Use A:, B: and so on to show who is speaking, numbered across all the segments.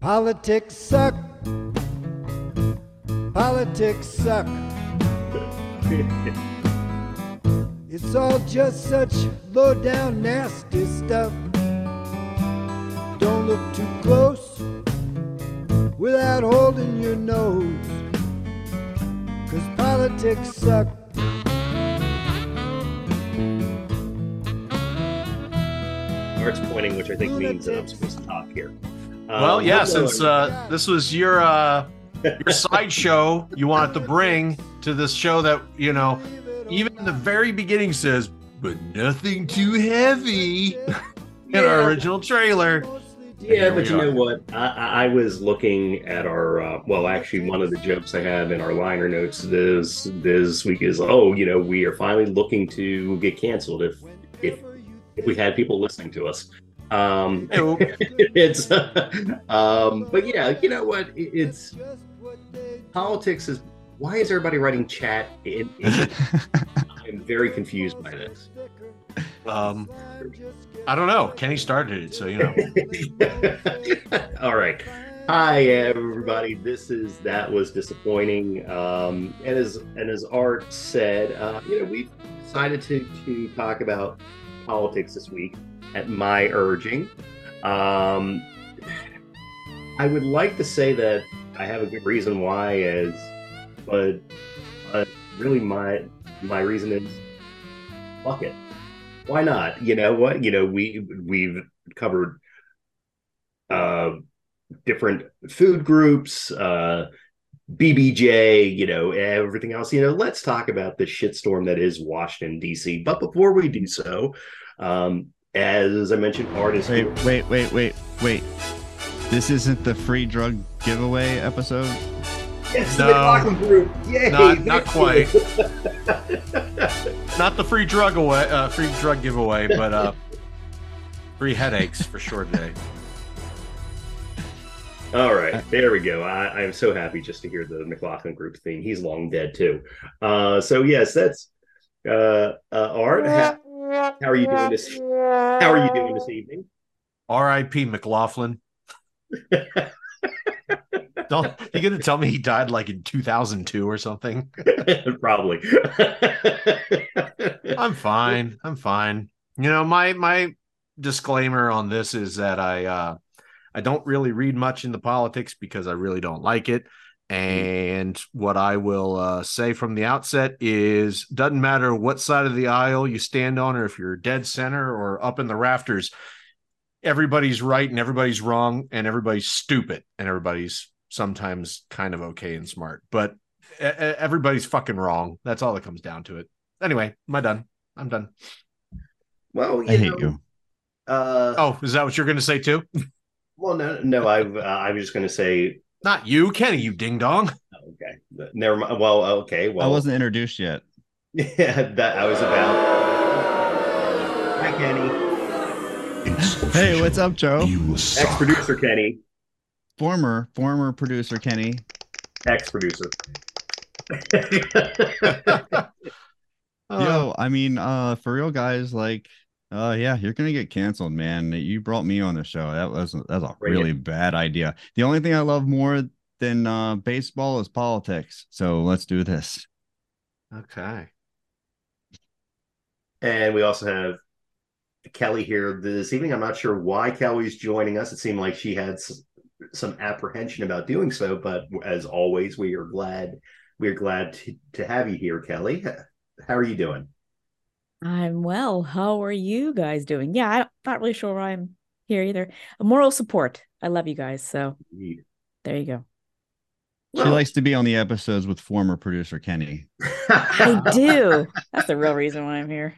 A: Politics suck. Politics suck. it's all just such low down nasty stuff. Don't look too close without holding your nose. Cause politics suck.
B: Mark's pointing, which I think means that I'm supposed to talk here. Um,
C: Well, yeah,
B: hello,
C: since uh, this was your uh, your sideshow, you wanted to bring to this show that you know, even in the very beginning says, but nothing too heavy in our original trailer.
B: Yeah,
C: Here
B: but
C: we
B: you know
C: are.
B: what? I, I- I was looking at our uh, well, actually, one of the jokes I have in our liner notes this this week is, oh, you know, we are finally looking to get canceled if if if we had people listening to us. Um,
C: Hey, well,
B: it's um, but yeah, you know what? It- It's politics is why is everybody writing chat? It, it, I'm very confused by this.
C: um, I don't know. Kenny started it, so you know.
B: All right. Hi everybody. This is that was disappointing. Um, and as and as Art said, uh, you know we decided to to talk about politics this week at my urging. Um, I would like to say that I have a good reason why, as but but really my my reason is fuck it. Why not? You know what? You know we we've covered uh, different food groups, uh, BBJ, you know, everything else. You know, let's talk about the shitstorm that is Washington D.C. But before we do so, um, as I mentioned, artists.
D: Wait, wait, wait, wait, wait. This isn't the free drug giveaway episode.
B: Yes,
C: No.
B: the McLaughlin Group. Yay!
C: Not- not
B: thank you.
C: Not the free drug away, uh, free drug giveaway, but uh, free headaches for sure today.
B: All right, there we go. I, I'm so happy just to hear the McLaughlin Group theme. He's long dead too. Uh, so yes, that's uh, uh, Art. How, how are you doing this? How are you doing this evening?
C: R.I.P. McLaughlin. Don't you gonna tell me he died like in 2002 or something?
B: Probably. Uh,
C: I'm fine. I'm fine. You know, my my disclaimer on this is that I uh I don't really read much into politics because I really don't like it. And what I will uh, say from the outset is doesn't matter what side of the aisle you stand on or if you're dead center or up in the rafters, everybody's right and everybody's wrong and everybody's stupid and everybody's sometimes kind of okay and smart, but e- e- everybody's fucking wrong. That's all that comes down to it anyway, am I done? I'm done.
B: well, you
D: I hate
B: know,
D: you.
B: Uh,
C: Oh, is that what you're going to say too?
B: Well, no, no. I uh, I was just going to say.
C: Not you, Kenny, you ding dong.
B: Okay, never mind. Well, okay. Well,
D: I wasn't introduced yet.
B: Yeah, that I was about. Hi, Kenny,
D: Hey, what's up, Joe?
E: You
B: ex
E: suck.
B: producer Kenny,
D: Former, former producer Kenny.
B: ex producer.
C: Uh,
B: Oh.
C: Oh,
D: Yo, I mean, uh, for real, guys, like, uh, yeah, you're gonna get canceled, man. You brought me on the show. That was that's a
B: Bring it.
D: really bad idea. The only thing I love more than uh, baseball is politics. So let's do this.
C: okay.
B: and we also have Kelly here this evening. I'm not sure why Kelly's joining us. It seemed like she had s- some apprehension about doing so, but as always, we are glad we are glad to, to have you here, Kelly. How are you doing?
F: I'm well. How are you guys doing? Yeah, I'm not really sure why I'm here either. A moral support. I love you guys. So there you go.
D: she
B: Well-
D: likes to be on the episodes with former producer Kenny.
F: I do. That's the real reason why I'm here.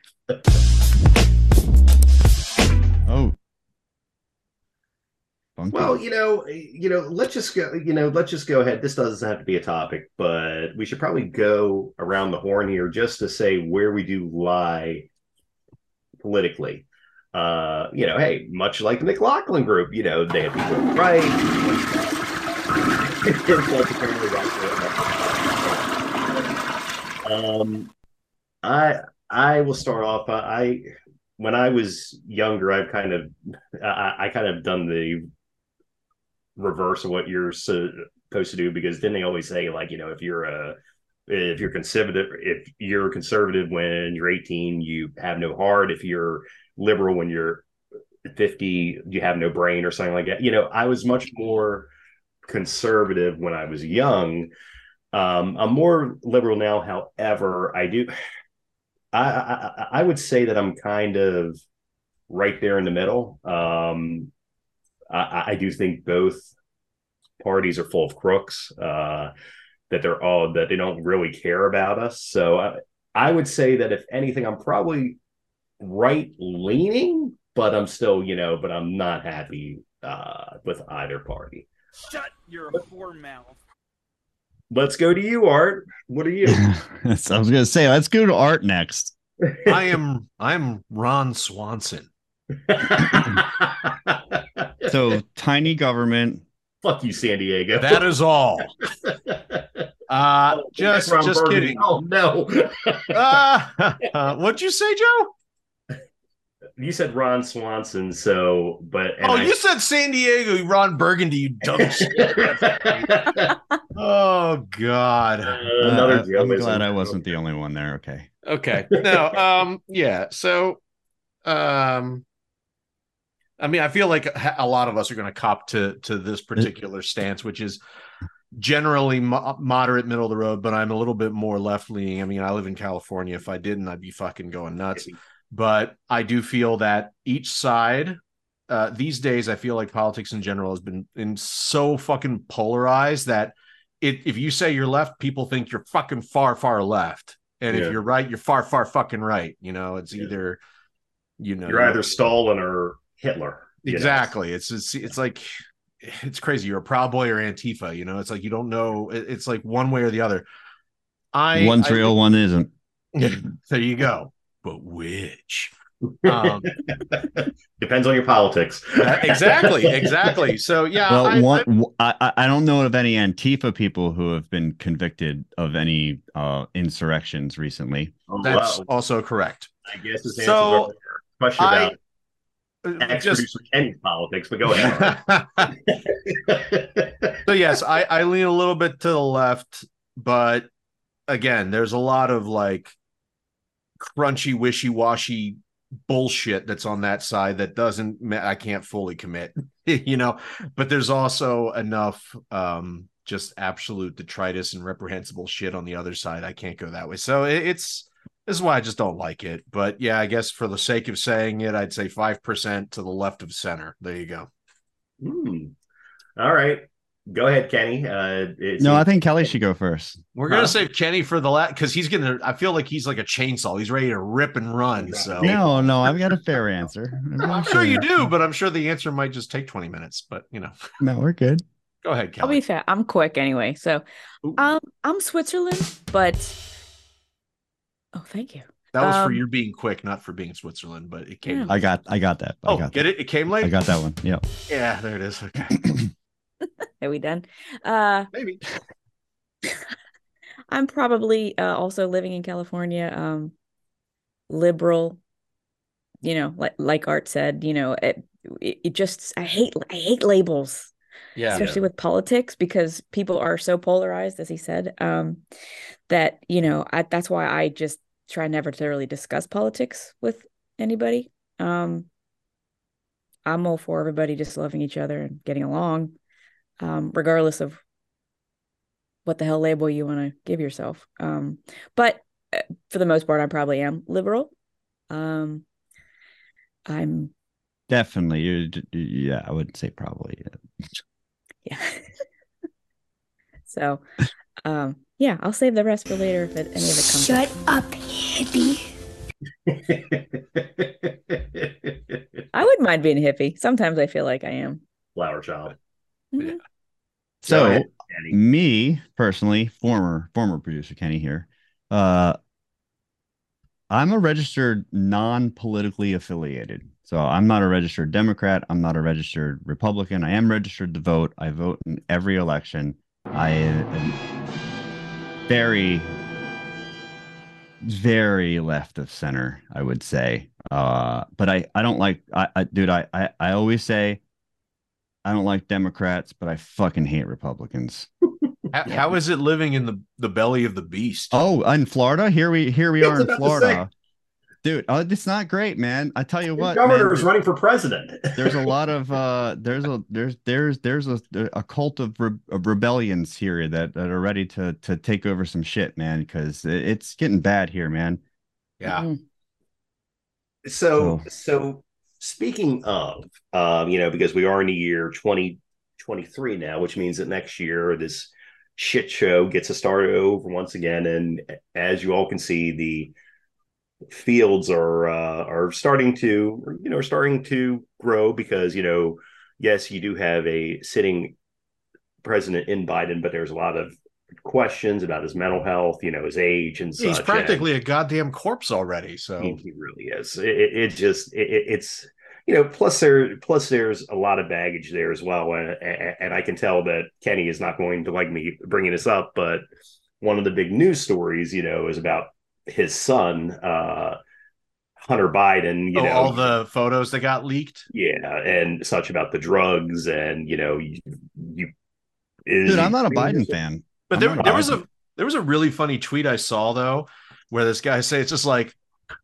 D: Oh, Funky.
B: Well, you know, eh, you know, let's just go. You know, let's just go ahead. This doesn't have to be a topic, but we should probably go around the horn here just to say where we do lie politically. Uh, you know, hey, much like the McLaughlin Group, you know, they have people on the right. That's apparently right. um, I I will start off. uh, I when I was younger, I've kind of I, I kind of done the reverse of what you're so- supposed to do because then they always say like you know if you're a if you're conservative if you're conservative when you're 18 you have no heart if you're liberal when you're 50 you have no brain or something like that you know i was much more conservative when i was young um i'm more liberal now however i do i i, I would say that i'm kind of right there in the middle um I, I do think both parties are full of crooks. Uh, that they're all that they don't really care about us. So I, I would say that if anything, I'm probably right leaning, but I'm still you know, but I'm not happy uh, with either party.
E: Shut your whore mouth.
B: Let's go to you, Art. What are you?
D: So I was gonna say, let's go to art next.
C: I am I'm Ron Swanson.
D: So tiny government.
B: Fuck you, San Diego.
C: That is all. Uh just
B: Ron
C: just
B: Burgundy.
C: kidding.
B: Oh no,
C: Uh, what'd you say, Joe?
B: you said Ron Swanson. So, but and
C: oh,
B: I-
C: you said San Diego, Ron Burgundy, you dumb shit. Oh God.
D: Uh,
B: Another
D: I- Uh, I'm
B: joke is-
D: glad I wasn't the only one there. Okay.
C: Okay. No. Um. Yeah. So, um. I mean, I feel like a a lot of us are going to cop to to this particular stance, which is generally mo- moderate, middle of the road. But I'm a little bit more left leaning. I mean, I live in California. If I didn't, I'd be fucking going nuts. But I do feel that each side uh, these days, I feel like politics in general has been in so fucking polarized that it, if you say you're left, people think you're fucking far, far left, and
B: Yeah.
C: if you're right, you're far, far fucking right. You know, it's
B: Yeah.
C: either you know
B: You're either Stalin or Hitler. you know?
C: exactly. It's it's it's like it's crazy. You're a Proud Boy or Antifa. You know, it's like you don't know. it- It's like one way or the other. I
D: One's
C: I-
D: real, one isn't.
C: there you go. But which? Um,
B: Depends on your politics.
C: Uh, exactly, exactly. So yeah,
D: Well,
C: I-
D: one, w- I, I- I don't know of any Antifa people who have been convicted of any uh, insurrections recently.
B: Oh,
C: That's
B: wow.
C: also correct.
B: I guess this answers
C: So,
B: our question
C: I- uh,
B: about ex
C: Just-
B: producer Kenny's politics, but go ahead.
C: so yes, I, I lean a little bit to the left, but again, there's a lot of like crunchy, wishy washy bullshit that's on that side that doesn't ma- I can't fully commit, you know. But there's also enough um just absolute detritus and reprehensible shit on the other side. I can't go that way. So it, it's this is why I just don't like it. But yeah, I guess for the sake of saying it, I'd say five percent to the left of center. There you go.
B: Hmm. All right. Go ahead, Kenny. Uh, it's-
D: No, I think Kelly should go first.
C: We're gonna
B: Huh?
C: save Kenny for the last because he's gonna. I feel like he's like a chainsaw. He's ready to rip and run. So
D: No, no, I've got a fair answer. I've got a
C: Oh. I'm
D: fair
C: sure you
D: answer.
C: do, but I'm sure the answer might just take 20 minutes. But you know,
D: No, we're good.
C: go ahead,
F: I'll be
C: Kelly.
F: fair. I'm quick anyway. So
C: Ooh.
F: um, I'm Switzerland, but oh, thank you.
C: that was for
F: um,
C: you being quick, not for being in Switzerland. But it came.
F: Yeah.
D: I got, I got that.
C: oh,
D: I got
C: get
D: that.
C: it? It came late.
D: I got that one. Yep.
C: yeah, there it is. Okay,
F: Are we done? Uh,
C: maybe.
F: I'm probably uh, also living in California, um, liberal. You know, like like Art said, you know, it, it, it just I hate I hate labels.
C: Yeah.
F: especially with politics because people are so polarized as he said um that you know I, that's why i just try never to really discuss politics with anybody um i'm all for everybody just loving each other and getting along um regardless of what the hell label you want to give yourself um but uh, for the most part i probably am liberal um i'm
D: Definitely. You, d- yeah, I would say probably. yeah.
F: Yeah. so, um, yeah, I'll save the rest for later if it, any of it comes. up.
G: Shut up, hippie.
F: I wouldn't mind being a hippie. Sometimes I feel like I am.
B: Flower child.
F: Mhm.
B: Go
D: So
B: ahead, Kenny.
D: me personally, former former producer Kenny here. Uh, I'm a registered non-politically affiliated. So I'm not a registered Democrat. I'm not a registered Republican. I am registered to vote. I vote in every election. I am very, very left of center, I would say. Uh, but I, I don't like, I, I dude, I, I, I always say I don't like Democrats, but I fucking hate Republicans.
C: How, how is it living in the, the belly of the beast?
D: Oh, in Florida, here we here we
B: I
D: are
B: was
D: in
B: about to say.
D: Florida, dude. Oh, it's not great, man. I tell you
B: Your
D: what,
B: governor
D: man,
B: is running for president.
D: there's a lot of uh, there's a there's there's there's a a cult of, re- of rebellions here that that are ready to to take over some shit, man. Because it, it's getting bad here, man.
F: Mm-hmm.
C: yeah.
B: so
D: So-
B: so speaking of um you know because we are in the year 2023 now which means that next year this shit show gets a start over once again and as you all can see the fields are uh, are starting to you know are starting to grow because you know yes you do have a sitting president in Biden but there's a lot of questions about his mental health you know his age and such
C: He's
B: And-
C: practically a goddamn corpse already.
B: I mean,
C: So
B: he really is. It, it, it just it, it- it's you know plus there plus there's a lot of baggage there as well, and, and and I can tell that Kenny is not going to like me bringing this up, but one of the big news stories, you know, is about his son, uh, Hunter Biden. You
C: Oh,
B: know,
C: all the photos that got leaked.
B: yeah, and such about the drugs, and you know, you. you is
D: Dude, I'm not a Biden fan.
C: But
D: I'm
C: there,
D: not
C: there was a
D: Biden.
C: there was a really funny tweet I saw though, where this guy say it's just like,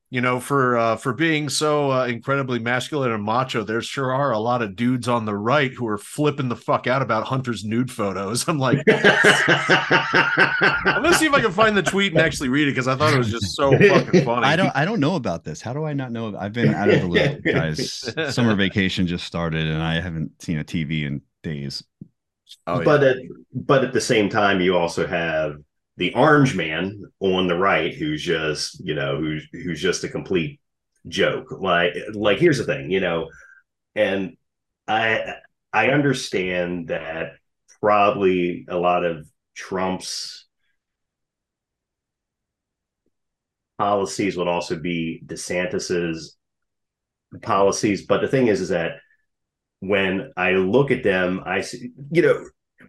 C: you know, for uh, for being so uh, incredibly masculine and macho, there sure are a lot of dudes on the right who are flipping the fuck out about Hunter's nude photos. I'm like, I'm gonna see if I can find the tweet and actually read it because I thought it was just so fucking funny.
D: I don't I don't know about this. How do I not know? I've been out of the loop, guys. Summer vacation just started, and I haven't seen a TV in days.
C: Oh, yeah.
B: but at but at the same time, you also have the orange man on the right, who's just you know who's who's just a complete joke. Like like here's the thing, you know, and I I understand that probably a lot of Trump's policies would also be DeSantis's policies, but the thing is, is that when I look at them, I see, you know,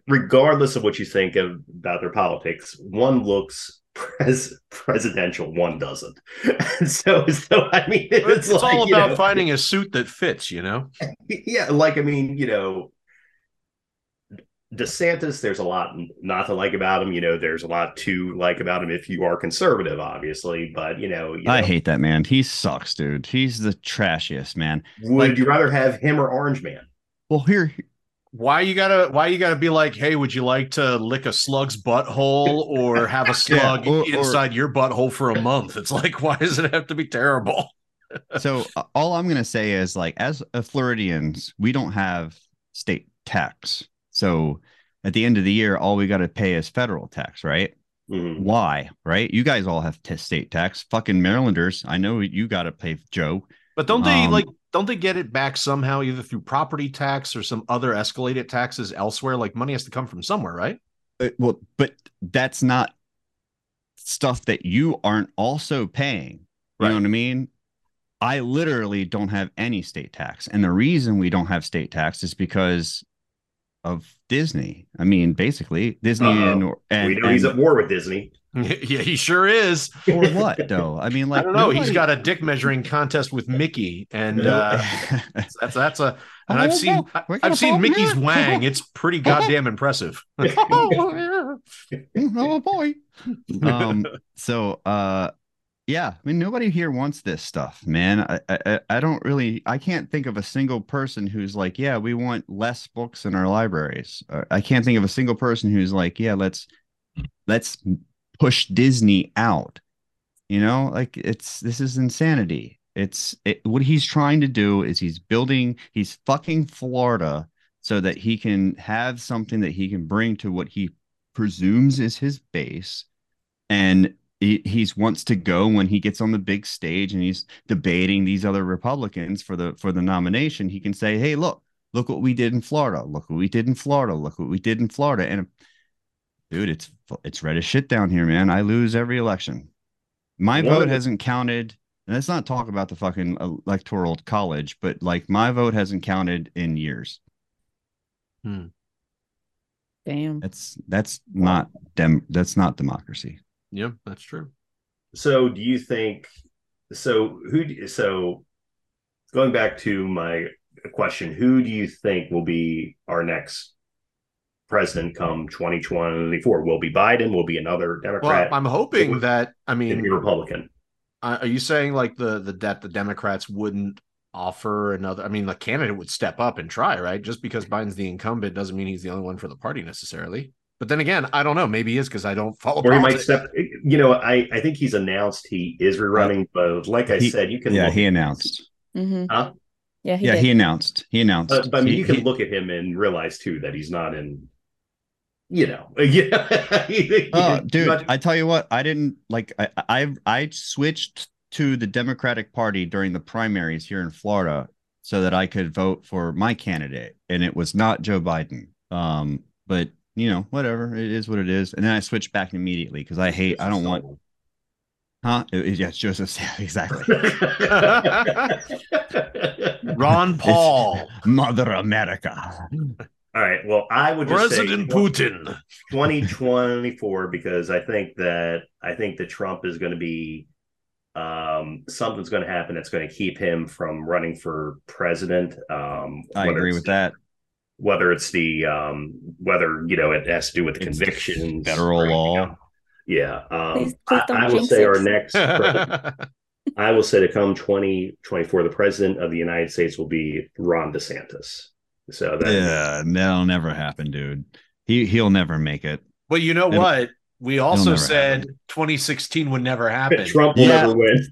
B: regardless of what you think of, about their politics, one looks pres- presidential, one doesn't. And so, so I mean,
C: it's,
B: it's, like,
C: all
B: you
C: about
B: know,
C: finding a suit that fits, you know.
B: yeah, like I mean, you know, DeSantis, there's a lot not to like about him. You know, there's a lot to like about him if you are conservative, obviously. But you know, you
D: I
B: know,
D: hate that man. He sucks, dude. He's the trashiest man.
B: would
D: like-
B: you rather have him or Orange Man?
D: Well, here
C: Why you gotta why you gotta be like, hey, would you like to lick a slug's butthole or have a slug
D: or- or-
C: inside your butthole for a month? It's like, why does it have to be terrible?
D: so uh, all I'm gonna say is like as a Floridians, we don't have state tax. So at the end of the year, all we gotta pay is federal tax, right?
B: Mhm.
D: Why? Right? You guys all have t- state tax. Fucking Marylanders, I know you gotta pay Joe.
C: But don't they
D: Um,
C: like don't they get it back somehow, either through property tax or some other escalated taxes elsewhere? Like money has to come from somewhere, right?
D: But, Uh, well, but that's not stuff that you aren't also paying. You know
C: Right.
D: what I mean? I literally don't have any state tax. And the reason we don't have state tax is because of Disney. I mean, basically, Disney
B: Uh-oh.
D: and, and,
B: we know he's at
D: and
B: war with Disney.
C: yeah, he sure is.
D: for what though? I mean, like
C: I don't know. He's
D: nobody-
C: got a dick measuring contest with Mickey, and uh, that's that's a. And I've seen I-
D: We're gonna
C: I've seen
D: vote here.
C: Mickey's wang. It's pretty goddamn impressive.
D: oh boy. Um, so uh yeah, I mean nobody here wants this stuff, man. I, I I- I don't really I can't think of a single person who's like, yeah, we want less books in our libraries. Or I can't think of a single person who's like, yeah, let's let's push Disney out. You know, like it's this is insanity. It's it, what he's trying to do is he's building he's fucking Florida so that he can have something that he can bring to what he presumes is his base and he he's wants to go when he gets on the big stage and he's debating these other republicans for the for the nomination he can say hey look look what we did in florida look what we did in florida look what we did in florida and dude it's it's red as shit down here man i lose every election my
B: Well,
D: vote
B: it-
D: hasn't counted and let's not talk about the fucking uh, electoral college but like my vote hasn't counted in years
F: Damn.
D: that's that's not dem that's not democracy.
C: yeah, that's true.
B: So do you think so who do- so going back to my question. Who do you think will be our next president come 2024? Will it be Biden? Will it be another
C: Well,
B: Democrat?
C: I'm hoping that I
B: It'd
C: mean,
B: be Republican.
C: I- are you saying like the the that the Democrats wouldn't offer another? I mean, the candidate would step up and try, right? Just because Biden's the incumbent doesn't mean he's the only one for the party necessarily. But then again, I don't know. Maybe he is because I don't follow.
B: Or he might
C: politics.
B: step, you know, I, I think he's announced he is rerunning, but like I
D: He-
B: said, you can
D: Yeah,
B: look,
D: he announced.
F: Mm-hmm.
B: Huh?
F: Yeah, he
D: yeah,
F: did.
D: he announced. He announced.
B: but, but I mean,
D: He-
B: you can
D: he-
B: look at him and realize too that he's not in, you know, yeah,
D: Oh, dude, I tell you what, I didn't like. I, I I switched to the Democratic Party during the primaries here in Florida so that I could vote for my candidate, and it was not Joe Biden. Um, but you know, whatever, it is what it is. And then I switched back immediately because I hate. I don't want. Huh? It- it- yes, Joseph. Stalin, Exactly.
C: Ron
D: It's-
C: Paul,
D: Mother America.
B: All right. Well, I would just
C: President
B: say,
C: Putin.
B: 2024 because I think that I think that Trump is going to be um something's going to happen that's going to keep him from running for president um
D: I
B: whether
D: agree
B: it's-
D: with that.
B: whether it's the um whether you know it has to do with the
D: It's
B: convictions
D: federal
B: or anything
D: law.
B: else. yeah um
F: Please- please
B: I,
F: don't
B: I will
F: jinx
B: say our
F: it.
B: next president- I will say to come 2024 the president of the United States will be Ron DeSantis so that
D: Yeah, that'll never happen, dude. He he'll never make it.
C: Well, you know
D: It'll-
C: what? We also
D: never
C: said 2016 would never happen.
B: Trump will
D: Yeah.
B: never win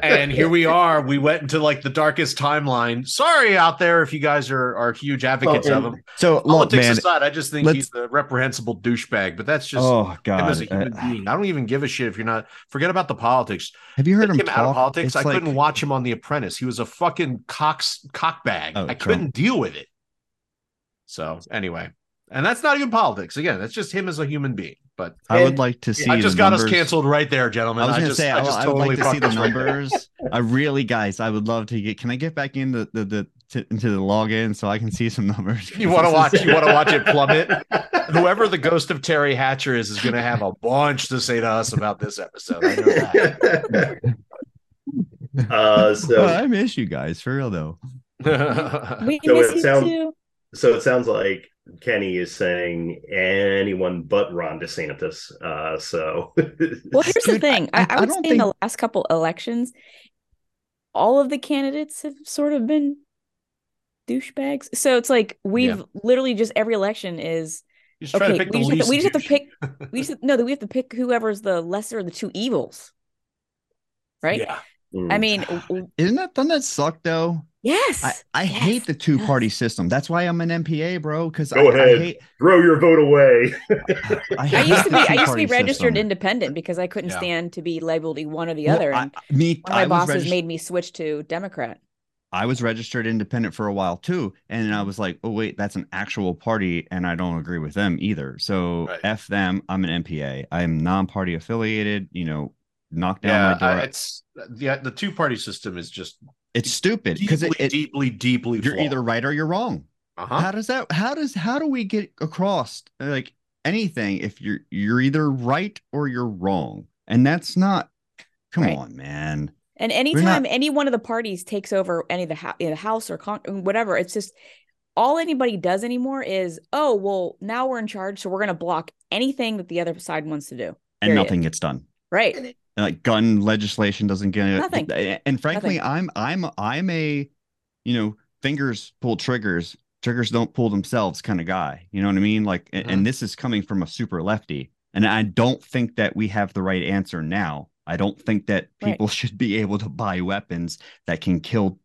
C: and here we are. We went into like the darkest timeline. Sorry out there if you guys are are huge advocates
B: Oh,
C: of
B: and-
C: him.
D: So look,
C: Politics
D: man.
C: aside, I just think
D: let's-
C: he's the reprehensible douchebag. But that's just
D: oh
C: him as
D: God.
C: a human
D: Uh,
C: being. I don't even give a shit if you're not. Forget about the politics.
D: have you heard
C: Take
D: him
C: him
D: talk?
C: out of politics.
D: It's
C: I
D: like-
C: couldn't watch him on The Apprentice. He was a fucking cocks cockbag.
D: Oh,
C: I
D: Trump.
C: couldn't deal with it. So anyway, and that's not even politics. Again, that's just him as a human being. But
D: I would like to see.
C: I
D: the
C: just got us
D: numbers.
C: canceled right there, gentlemen.
D: I was gonna
C: just,
D: say I,
C: I just
D: I would
C: totally
D: like to see
C: fucked
D: the
C: us right there.
D: numbers. I really, guys, I would love to get. Can I get back in the the, the to, into the login so I can see some numbers?
C: You want to watch? You want to watch it plummet? Whoever the ghost of Terry Hatcher is is going to have a bunch to say to us about this episode. I know that.
B: uh, so,
D: Well, I miss you guys for real though.
F: we
B: So
F: miss
B: it
F: you
B: sound-
F: too.
B: so it sounds like Kenny is saying anyone but Ron DeSantis. Uh, so,
F: Well, here's the
D: Dude,
F: thing.
D: I-
F: I,
D: I
F: I would say
D: don't
F: in the
D: think-
F: last couple elections, all of the candidates have sort of been douchebags. So it's like we've literally just every election is
C: You just try to
F: okay.
C: pick the
F: We just, have to,
C: least
F: we just have to
C: douche.
F: pick. We just no. that We have to pick whoever's the lesser of the two evils, right?
C: Yeah.
F: I mean, w-
D: Isn't that doesn't that suck though?
F: yes.
D: I, I
F: Yes,
D: hate the two party
F: yes.
D: system. That's why I'm an MPA, bro. Because I,
B: Go
D: I
B: ahead.
D: hate.
B: throw your vote away.
D: I,
F: I
D: hate
F: used to be
D: the
F: I used to
D: two-party
F: be registered
D: system.
F: independent because I couldn't
C: Yeah.
F: stand to be labeled e- one or the
D: Well,
F: other.
D: I,
F: and
D: me,
F: one of my
D: I was
F: bosses
D: registered-
F: made me switch to Democrat.
D: I was registered independent for a while too, and then I was like, "Oh wait, that's an actual party, and I don't agree with them either." So
C: Right.
D: f them. I'm an MPA. I am non-party affiliated. You know, knock down
C: Yeah,
D: my door.
C: I- it's the the two party system is just
D: it's stupid because
C: deeply,
D: it, it-
C: deeply, deeply.
D: you're
C: flawed.
D: either right or you're wrong.
C: uh-huh.
D: How does that? How does? How do we get across like anything if you're you're either right or you're wrong? And that's not. Come
F: Right.
D: on, man.
F: And
D: not-
F: anytime any one of the parties takes over any of the, hou- you know, house or con- whatever, it's just all anybody does anymore is, oh, well, now we're in charge. So we're going to block anything that the other side wants to do.
D: And
F: Period.
D: nothing gets done.
F: Right.
D: like gun legislation doesn't get
F: Nothing.
D: And frankly, I'm I'm I'm a you know fingers pull triggers, triggers don't pull themselves kind of guy. You know what I mean? Like, a-
F: Uh-huh.
D: and this is coming from a super lefty, and I don't think that we have the right answer now. I don't think that
F: Right.
D: people should be able to buy weapons that can kill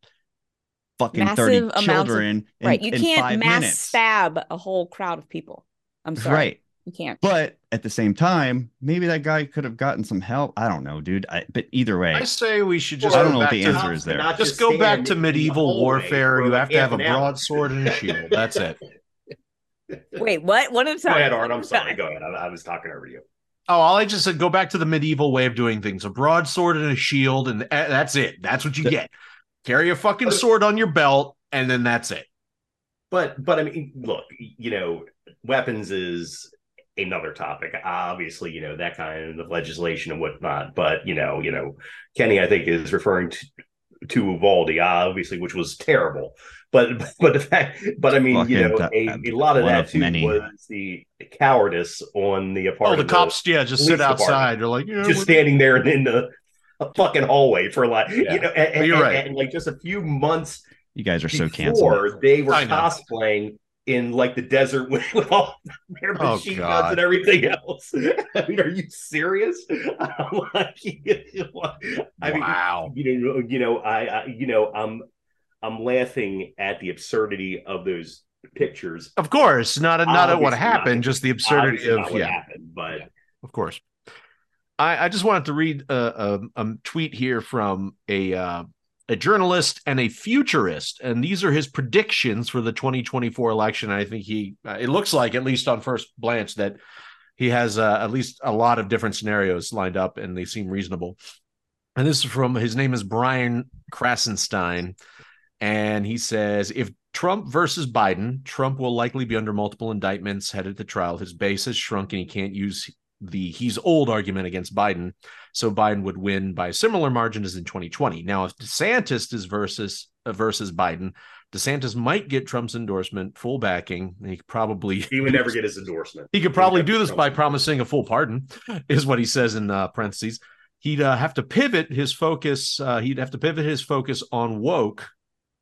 D: fucking
F: Massive
D: thirty
F: amounts of-
D: children. in-
F: right. You
D: in
F: can't
D: five
F: mass
D: minutes.
F: stab a whole crowd of people. I'm sorry.
D: Right.
F: You can't.
D: But at the same time, maybe that guy could have gotten some help. I don't know, dude. I, but either way,
C: I say we should just
D: I
C: go
D: don't know what
C: back
D: the
C: to-
D: answer is there.
B: Not
C: Just go back
B: stand
C: to
B: in the
C: medieval
B: hallway
C: warfare.
B: for
C: You have to have a
B: half an hour.
C: broadsword and a shield. That's it.
F: Wait, what? One at a
B: Go
F: time.
B: ahead, Art. I'm sorry. Go ahead. I, I was talking over you.
C: Oh, all I just said, go back to the medieval way of doing things a broadsword and a shield, and tha- that's it. That's what you
D: Th-
C: get. Carry a fucking sword on your belt, and then that's it.
B: But but I mean, look, you know, weapons is another topic. Obviously, you know that kind of legislation and whatnot. But you know, you know, Kenny, I think is referring to to Uvalde, obviously, which was terrible. But but the fact, but I mean, you
D: Fucking
B: know, a,
D: that-
B: a lot of
D: one
B: that
D: of
B: too
D: many.
B: was the cowardice on the
C: Oh,
B: apartment.
C: the cops, yeah, just sit
B: police department.
C: outside. They're like, yeah,
B: just
C: we're-
B: standing there in the fucking hallway for like
C: Yeah.
B: you know, and,
C: You're
B: and-
C: right.
B: and, like just a few months
D: You guys are so canceled.
B: before they were
C: I know.
B: cosplaying in like the desert with, with all their
C: Oh,
B: machine guns
C: God.
B: and everything else. I mean, are you serious? I'm like, I mean,
C: wow.
B: you know, you know, I, I, you know, I'm, I'm laughing at the absurdity of those pictures.
C: Of course, not not at
B: Obviously
C: what
B: not.
C: happened, just the absurdity
B: Obviously not
C: of
B: what
C: yeah.
B: happened, but
C: of course. I, I just wanted to read a, a, a tweet here from a uh, a journalist and a futurist, and these are his predictions for the 2024 election. I think he uh, it looks like, at least on first glance, that he has uh, at least a lot of different scenarios lined up, and they seem reasonable. And this is from his name is Brian Krasenstein, and he says if Trump versus Biden, Trump will likely be under multiple indictments headed to trial. His base has shrunk, and he can't use the he's old argument against Biden. So Biden would win by a similar margin as in 2020. Now, if DeSantis is versus uh, versus Biden, DeSantis might get Trump's endorsement, full backing. and He could probably
B: he would never get his endorsement.
C: he could probably do this
B: Trump's
C: by
B: endorsement.
C: promising a full pardon, is what he says in uh, parentheses. He'd uh, have to pivot his focus. Uh, he'd have to pivot his focus on woke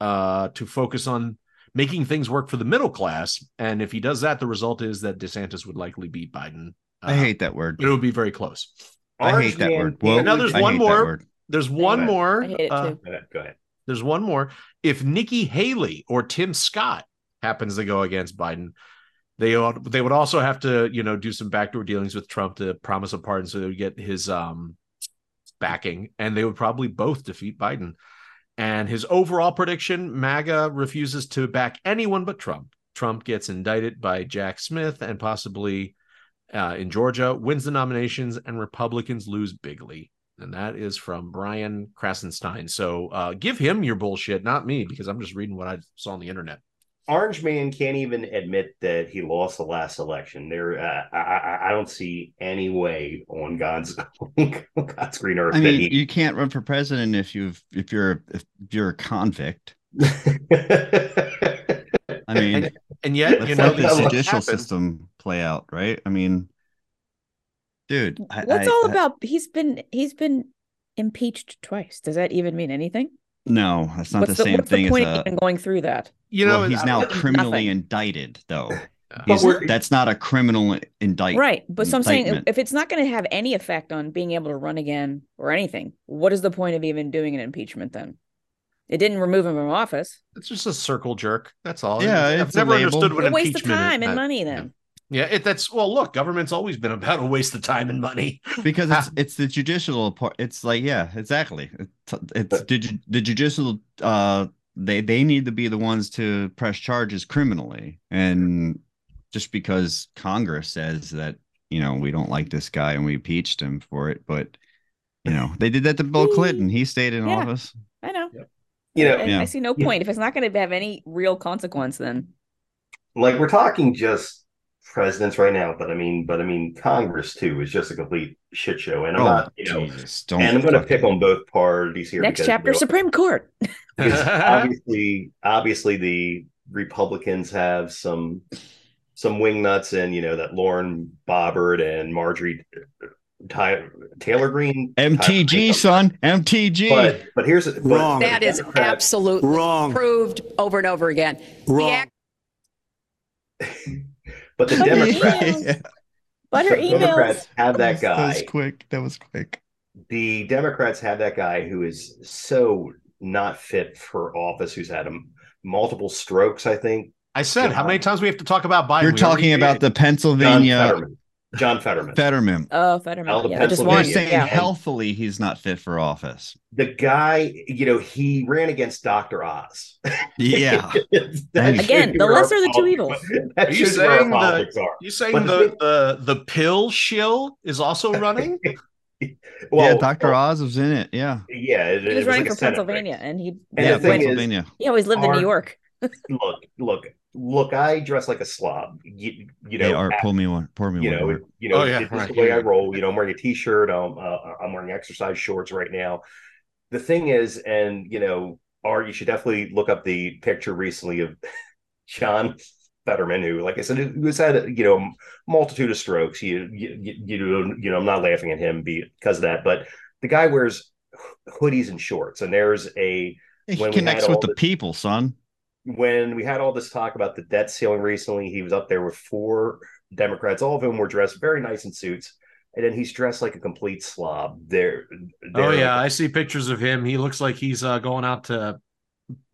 C: uh, to focus on making things work for the middle class. And if he does that, the result is that DeSantis would likely beat Biden. Uh,
D: I hate that word.
C: but it would be very close.
D: I
B: Orange
D: hate that
B: man-
D: word. Whoa,
C: now there's
D: I
C: one
D: hate that
C: more.
D: word.
C: There's one
B: it.
C: more.
F: I hate it
C: uh,
F: too.
B: Go ahead, go ahead.
C: there's one more. If Nikki Haley or Tim Scott happens to go against Biden, they ought, they would also have to you know do some backdoor dealings with Trump to promise a pardon, so they would get his um backing, and they would probably both defeat Biden. And his overall prediction: MAGA refuses to back anyone but Trump. Trump gets indicted by Jack Smith and possibly uh, in Georgia, wins the nominations, and Republicans lose bigly. And that is from Brian Krasenstein. So uh, give him your bullshit, not me, because I'm just reading what I saw on the internet.
B: Orange Man can't even admit that he lost the last election. There, uh, I, I, I don't see any way on God's on God's green earth
D: I
B: that
D: mean,
B: he.
D: you can't run for president if you've if you're if you're a convict. I mean,
C: And yet,
D: let's
C: you know,
D: let the
C: this is what
D: judicial
C: happens.
D: system play out, right? I mean, dude, I-
F: What's
D: I-
F: all
D: I-
F: about? He's been he's been impeached twice. Does that even mean anything?
D: No, that's not the
F: what's the,
D: same
F: what's
D: thing
F: the
D: as
F: point
D: a.
F: of even going through that?
C: You know, uh,
D: well, he's
C: I-
D: now
F: I've done
D: criminally
F: nothing.
D: indicted, though.
C: But
D: He's-
B: we're-
D: that's not a criminal indictment.
F: right, but so I'm saying
D: indictment.
F: if it's not going to have any effect on being able to run again or anything, what is the point of even doing an impeachment then? It didn't remove him from office.
C: it's just a circle jerk. That's all.
D: Yeah,
C: I've
D: it's a
C: never
D: label.
C: understood what
F: What a waste of
C: impeachment
F: time
C: is.
F: and
C: Uh,
F: money then.
C: Yeah, it, that's well. Look, government's always been about a waste of time and money.
D: because it's it's the judicial part. It's like yeah, exactly. It's, it's the, ju- the judicial. Uh, they they need to be the ones to press charges criminally, and just because Congress says that you know we don't like this guy and we impeached him for it, but you know they did that to Bill Clinton. He stayed in
F: Yeah.
D: office.
F: I know.
B: you know,
F: I,
D: Yeah.
F: I see no
B: Yeah.
F: point if it's not going to have any real consequence. Then
B: like we're talking just presidents right now, but I mean, but I mean, Congress too is just a complete shit show. And I'm
D: Oh
B: not, you know,
D: Jesus! Don't.
B: and I'm going to
D: fucking-
B: pick on both parties here.
F: next
B: because, you
F: chapter,
B: know,
F: Supreme Court.
B: because obviously, obviously the Republicans have some some wing nuts and you know that Lauren Bobbert and Marjorie Ty, Taylor Green
D: MTG,
B: Tyler-
D: son. MTG.
B: But but here's but
H: Wrong.
I: That is
B: Democrats-
I: absolutely
H: Wrong.
I: proved over and over again.
H: Wrong.
I: act-
B: But the
F: But her
B: Democrats,
F: emails, but her
B: the Democrats
F: emails.
B: have that
D: That was
B: guy.
D: quick. That was quick.
B: The Democrats have that guy who is so not fit for office. Who's had him multiple strokes, I think.
C: I said, how many times we have to talk about Biden?
D: You're
C: We already
D: talking about
C: did.
D: the uh,
B: John
D: Pennsylvania
B: Fetterman. John Fetterman.
D: Fetterman.
F: Oh,
B: Out
F: Fetterman.
B: of
F: Yeah, I just
D: They're
B: Pennsylvania.
F: wanted.
D: saying
F: Yeah.
D: healthfully he's not fit for office.
B: the guy, you know, he ran against Dr. Oz.
D: Yeah.
B: That
F: Again,
B: shows you
F: the
B: where
F: lesser of the
B: our
F: two
B: politics-
F: evils.
B: That
C: Are you
B: shows you where our
C: saying the-
B: politics are.
C: You saying
B: But
C: the,
B: the-
C: the the pill shill is also running?
B: Well,
D: yeah, Dr.
B: well,
D: Oz was in it. Yeah.
B: Yeah, it,
F: He
B: it
F: was running
B: like a
F: for
B: Senate
F: Pennsylvania, and he
B: And
D: yeah,
B: the thing is-
D: Pennsylvania.
F: he always lived in
B: are-
F: New York.
B: race. Look, look, look! I dress like a slob. You, you know,
D: hey, Art,
B: I-
D: pull me one. Pour me
B: you
D: one.
B: know,
D: Art.
B: you know,
C: Oh, yeah,
B: it's just
C: right,
B: the way
C: yeah.
B: I roll. You know, I'm uh, wearing a t-shirt. I'm uh, I'm wearing exercise shorts right now. The thing is, and you know, or you should definitely look up the picture recently of John Fetterman, who, like I said, who has had you know multitude of strokes. You you you, you you know, I'm not laughing at him because of that, but the guy wears hoodies and shorts, and there's a
D: He
B: When we
D: connects
B: had
D: with
B: all
D: the
B: the-
D: people, son.
B: when we had all this talk about the debt ceiling recently, he was up there with four Democrats. All of them were dressed very nice in suits, and then he's dressed like a complete slob. There,
C: Oh yeah, I see pictures of him. He looks like he's uh, going out to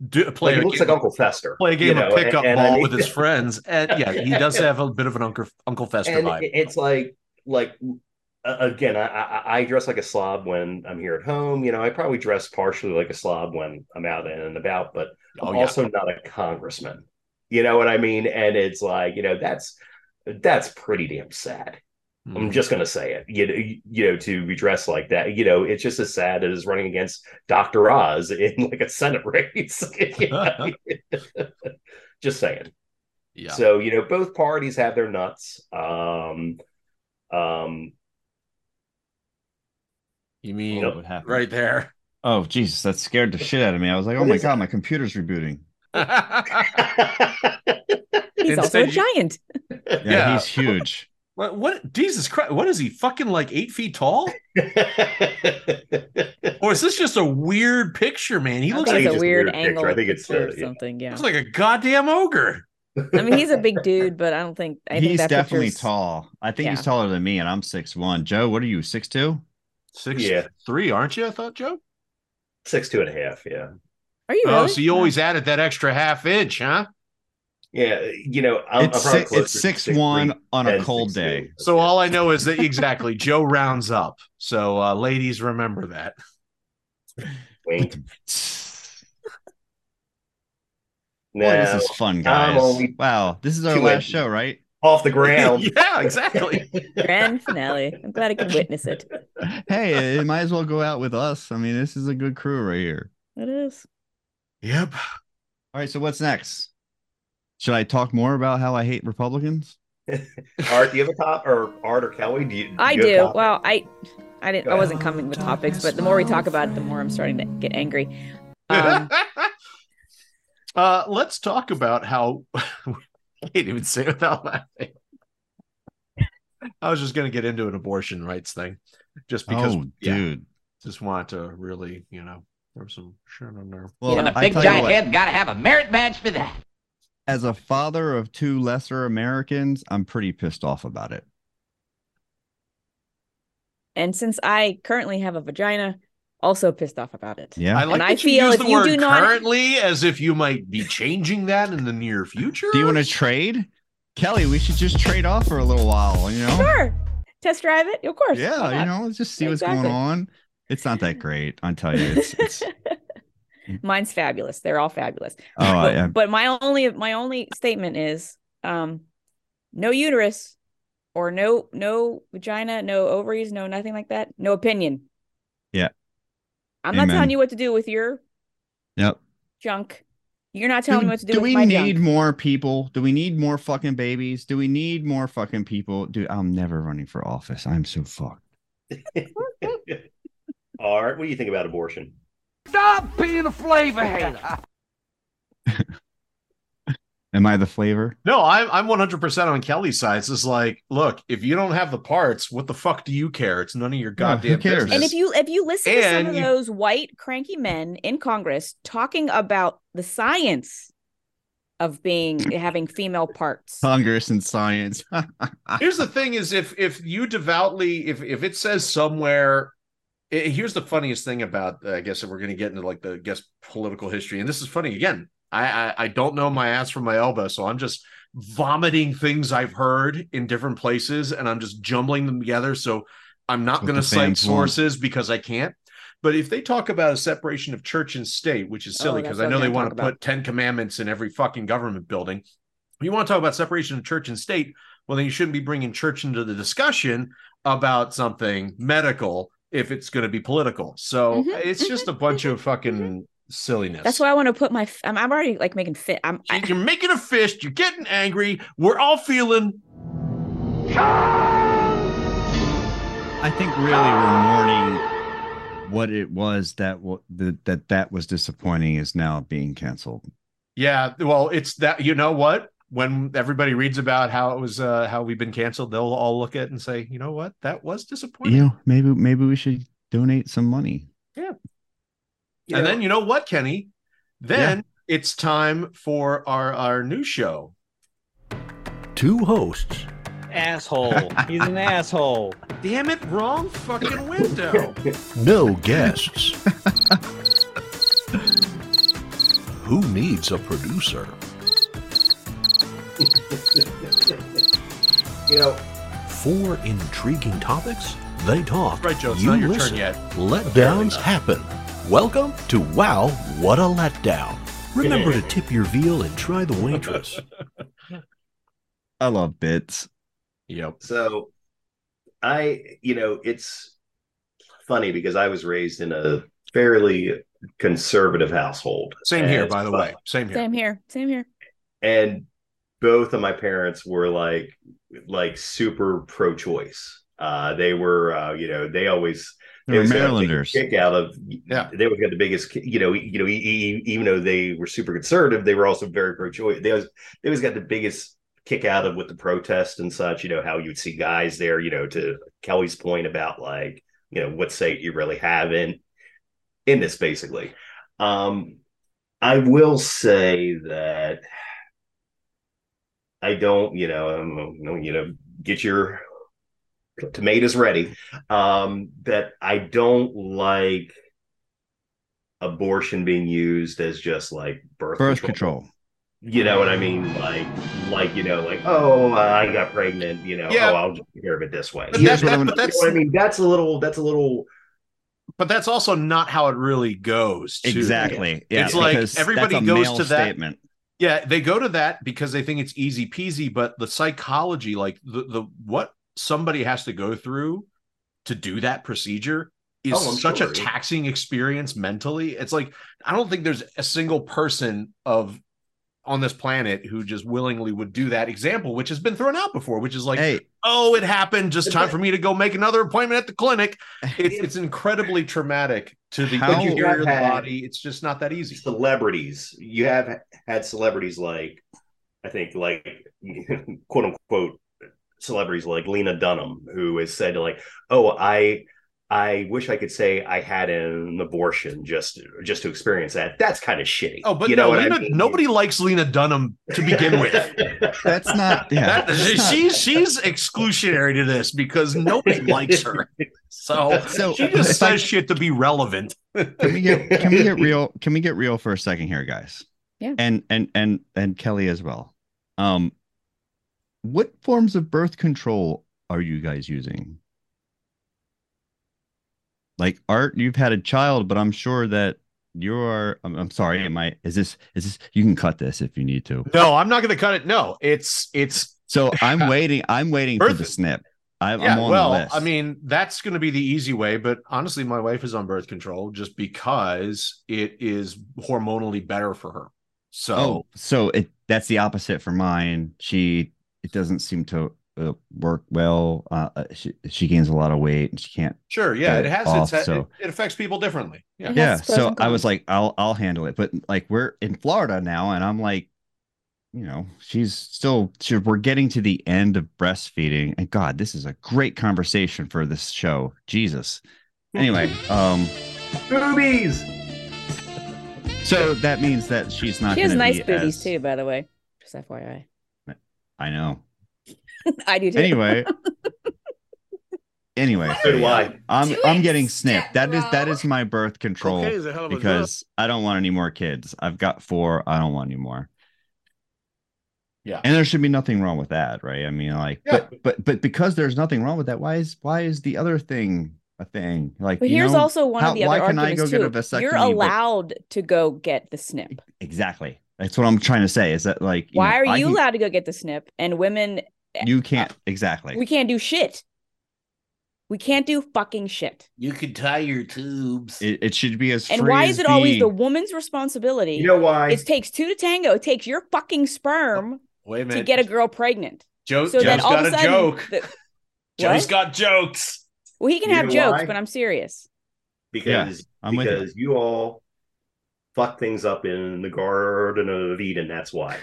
C: do play.
B: like, he
C: a
B: looks
C: game-
B: like Uncle Fester.
C: play a game
B: you know,
C: of pickup
B: and- and I
C: ball
B: mean-
C: with his friends. And yeah, he does have a bit of an Uncle Uncle Fester
B: and
C: vibe.
B: it- it's like like uh, again I, I i dress like a slob when i'm here at home you know i probably dress partially like a slob when i'm out and about but
C: Oh
B: i'm
C: yeah,
B: also not a congressman you know what i mean and it's like you know that's that's pretty damn sad i'm
C: Mm.
B: just gonna say it you know you- you know to be dressed like that you know it's just as sad as running against dr oz in like a senate race You know? just saying
C: yeah.
B: so you know, both parties have their nuts. Um, um,
C: you mean
B: Yep.
D: What happened?
C: right there?
D: Oh, Jesus, that scared the shit out of me. I was like, oh
B: What
D: my
B: is
D: god, my computer's rebooting.
C: what
F: He's also a
C: Instead you-
F: giant.
D: Yeah,
C: Yeah.
D: he's huge.
C: what? Jesus Christ! What is he fucking like eight feet tall? Or is this just a weird picture, man? He
F: I
C: looks
F: thought
B: like
C: like
F: it
B: just
F: was a
B: a
F: weird
B: weird picture.
F: angle.
B: I think it's,
F: picture or
B: uh, yeah.
F: something. Yeah.
C: looks like a goddamn ogre.
F: I mean, he's a big dude, but I don't think I think
D: he's
F: that
D: definitely
F: picture's-
D: tall. I think
F: Yeah.
D: he's taller than me, and I'm six one. Joe, what are you, six two?
C: Six
B: Yeah.
C: three, aren't you? I thought, Joe.
B: six two and a half. Yeah,
F: Are you?
C: Oh,
F: really?
C: so you always added that extra half inch, huh?
B: yeah. You know, I'm,
D: It's
B: I'm probably
D: six,
B: closer
D: it's
B: to
D: six
B: three
D: one on a
B: than
D: cold
B: 6'2".
D: day.
C: So all I know is that exactly Joe rounds up. So uh, ladies, remember that.
B: Wink.
D: Boy, this
B: No,
D: is fun, guys.
B: only
D: wow, this is our
B: two
D: last
B: inches.
D: show, right?
B: off the ground.
C: yeah, exactly.
F: grand finale. I'm glad I could witness it.
D: hey, it might as well go out with us. I mean, this is a good crew right here.
F: It is.
C: Yep.
D: All right, so what's next? Should I talk more about how I hate Republicans?
B: Art, do you have a top or Art or Kelly? Do you? do
F: I
B: you have a
F: do.
B: top?
F: Well, I, I didn't.
B: Go
F: I
B: ahead.
F: wasn't coming with topics, but the more we talk about it, the more I'm starting to get angry. Um,
C: uh, let's talk about how I can't even say it without laughing. I was just going to get into an abortion rights thing, just because.
D: oh,
C: yeah,
D: dude.
C: just want to really, you know, throw some shit on there.
D: Well,
I: and a
D: I
I: big
D: tell you
I: giant
D: what,
I: head got to have a merit badge for that.
D: as a father of two lesser Americans, I'm pretty pissed off about it.
F: and since I currently have a vagina, also pissed off about it.
D: Yeah.
C: I like
F: And
C: that
F: I
C: you
F: feel
C: use
F: if
C: the
F: you
C: word
F: do not-
C: currently as if you might be changing that in the near future.
D: Do you want to trade? Kelly, we should just trade off for a little while, you know?
F: Sure. Test drive it, of course.
D: Yeah,
F: Why
D: you
F: not?
D: know, let's just see what's
F: Exactly.
D: going on. It's not that great. I tell you, it's, it's
F: Mine's fabulous. They're all fabulous.
D: oh, I,
F: but,
D: I-
F: but my only my only statement is um no uterus or no no vagina no ovaries no nothing like that no opinion
D: Yeah.
F: i'm not
D: Amen.
F: telling you what to do with your
D: yep.
F: junk you're not telling me what to do, with
D: we
F: my
D: need
F: junk
D: more people? Do we need more fucking babies? Do we need more fucking people? Dude, I'm never running for office. I'm so fucked.
B: Art, what do you think about abortion?
E: Stop being a flavor hater.
D: Am I the flavor?
C: No, I'm I'm 100% on Kelly's side. It's just like, look, if you don't have the parts, what the fuck do you care? It's none of your
D: Yeah, who
C: goddamn
D: cares?
C: business.
F: and if you if you listen to some
C: And
F: of
C: you-
F: those white cranky men in congress talking about the science of being having female parts
D: Congress and science.
C: here's the thing is if if you devoutly if if it says somewhere eh, here's the funniest thing about uh, i guess if we're going to get into like the I guess political history and this is funny again I, I i don't know my ass from my elbow so i'm just vomiting things i've heard in different places and i'm just jumbling them together so i'm not
D: That's what
C: going to
D: the
C: cite
D: fans want.
C: sources because i can't but if they talk about a separation of church and state which is
F: Oh,
C: silly
F: that's
C: because
F: what
C: i know
F: I'm
C: they
F: gonna
C: want
F: talk
C: to
F: about.
C: put 10 commandments in every fucking government building you want to talk about separation of church and state well then you shouldn't be bringing church into the discussion about something medical if it's going to be political so uh,
F: Mhm,
C: it's just a bunch of fucking silliness
F: mm-hmm. that's why i want to put my f- i'm, I'm already like making fit i'm I,
C: you're making a fist you're getting angry we're all feeling
D: I think really we're mourning what it was that wa- that that, that was disappointing is now being canceled.
C: Yeah, well, it's that you know what? When everybody reads about how it was uh how we've been canceled, they'll all look at it and say, you know what, that was disappointing.
D: You know, maybe maybe we should donate some money.
B: You
C: and
B: know,
C: then you know what, Kenny? Then it's time for our our new show.
H: Two hosts,
J: Asshole. He's an asshole.
C: Damn it, wrong fucking window.
H: no guests. Who needs a producer?
B: you know,
H: Four intriguing topics. They talk.
C: right, Joe, it's
H: you
C: not your
H: listen.
C: turn yet.
H: Letdowns happen. Welcome to Wow, What a Letdown. Remember to tip your veal and try the waitress.
D: I love bits.
C: Yep.
B: so I, you know, it's funny because I was raised in a fairly conservative household.
C: Same here,
B: And-
C: by the way. Same here.
F: Same here. Same here.
B: and both of my parents were like like super pro choice. Uh, they were, uh, you know, they always
D: They were
B: always got the
D: Marylanders.
B: biggest kick out of
C: Yeah.
B: They always got the biggest, ki- you know, you know, e- e- even though they were super conservative, they were also very pro choice. They always they always got the biggest kick out of with the protest and such. You know how you'd see guys there. You know, to Kelly's point about like, you know, what say you really have in in this basically. Um, I will say that I don't, you know, um, you know, you know, get your tomatoes ready. Um, that I don't like abortion being used as just like birth,
D: Birth control.
B: You know what I mean? Like, like you know, like oh, I got pregnant. You know,
C: Yeah.
B: oh, I'll just take care of it this way.
C: But,
B: You
D: Here's
C: that,
D: what
C: that-
D: I'm-
C: but
B: know
C: that's
B: what I mean? That's a little. That's a little.
C: but that's also not how it really goes. too.
D: Exactly. Yeah.
C: It's like
D: because that's
C: everybody
D: a
C: goes
D: male
C: to that-
D: statement.
C: Yeah, they go to that because they think it's easy peasy, but the psychology, like the the what somebody has to go through to do that procedure is
B: Oh, I'm
C: such
B: sure.
C: a taxing experience mentally. It's like I don't think there's a single person of on this planet who just willingly would do that example, which has been thrown out before, which is like,
D: hey,
C: oh, it happened. Just
B: But
C: time
B: that-
C: for me to go make another appointment at the clinic. It's, it's incredibly traumatic to the
D: How-
C: interior of the
B: Had-
C: body. It's just not that easy.
B: celebrities. You have had celebrities like, I think, like quote unquote celebrities like Lena Dunham, who has said like, "Oh, I." I wish I could say I had an abortion just just to experience that. That's kind of shitty.
C: Oh, but
B: you know
C: no,
B: what I
C: Lena,
B: mean?
C: nobody likes Lena Dunham to begin with.
D: that's not yeah.
C: That,
D: that's
C: she,
D: not-
C: she's she's exclusionary to this because nobody likes her. So
D: So,
C: she just
D: if I-
C: says shit to be relevant.
D: can we get can we get real can we get real for a second here guys
F: Yeah.
D: and and and and kelly as well um what forms of birth control are you guys using like art you've had a child but i'm sure that you are i'm, I'm sorry am i is this is this you can cut this if you need to
C: No, I'm not going to cut it. No, it's it's
D: so i'm waiting i'm waiting for
C: Birth-
D: the snip I,
C: yeah.
D: i'm on the
C: Well,
D: list
C: I mean that's going to be the easy way. But honestly, my wife is on birth control just because it is hormonally better for her. So
D: oh so it that's the opposite for mine she it doesn't seem to uh, work well uh uh, she, she gains a lot of weight and she can't
C: sure, yeah,
D: Get
C: it
D: it
C: has
D: off,
C: its,
D: so-
C: it, it affects people differently. Yeah.
F: It
D: yeah
F: has pros
D: so
F: and
D: i was
F: cons.
D: like i'll i'll handle it but like we're in florida now and i'm like you know she's still she, we're getting to the end of breastfeeding and god this is a great conversation for this show jesus anyway um
B: boobies.
D: so that means that she's not
F: she has
D: gonna
F: nice
D: be
F: booties
D: as-
F: too, by the way. Just FYI.
D: i know
F: I do too.
D: anyway anyway
B: So do I.
D: I'm
G: Do
D: I'm
G: it,
D: getting snipped. That is that is my birth control
H: Cocaine's a hell of a
D: because I don't want any more kids. I've got four. I don't want any more.
C: Yeah.
D: And there should be nothing wrong with that, right? I mean, like, but but but because there's nothing wrong with that, why is why is the other thing a thing? Like,
F: But
D: you
F: here's
D: know,
F: also one
D: how-
F: of the
D: why
F: other
D: can I
F: arguments
D: go
F: too.
D: get a vasectomy,
F: You're
D: but-
F: allowed to go get the SNP.
D: exactly. That's what I'm trying to say. Is that like, you
F: Why
D: know,
F: are
D: I
F: you
D: can-
F: allowed to go get the SNP and women?
D: You can't exactly.
F: We can't do shit. We can't do fucking shit.
I: You could tie your tubes.
D: it, it should be as.
F: And
D: free
F: why
D: as
F: is it always the
D: being.
F: woman's responsibility?
B: You know why?
F: it takes two to tango. It takes your fucking sperm
C: Wait a
F: to
C: minute.
F: get a girl pregnant.
C: Joe,
F: So then
C: Oh, Joe's
F: all
C: got
F: of
C: a
F: a sudden,
C: joke.
F: the-
C: Joe's
F: What?
C: got jokes.
F: well, he can
B: You
F: have
B: know
F: jokes,
B: why?
F: but I'm serious.
B: because
D: I'm with you.
B: because you all fuck things up in the Garden of Eden. That's why.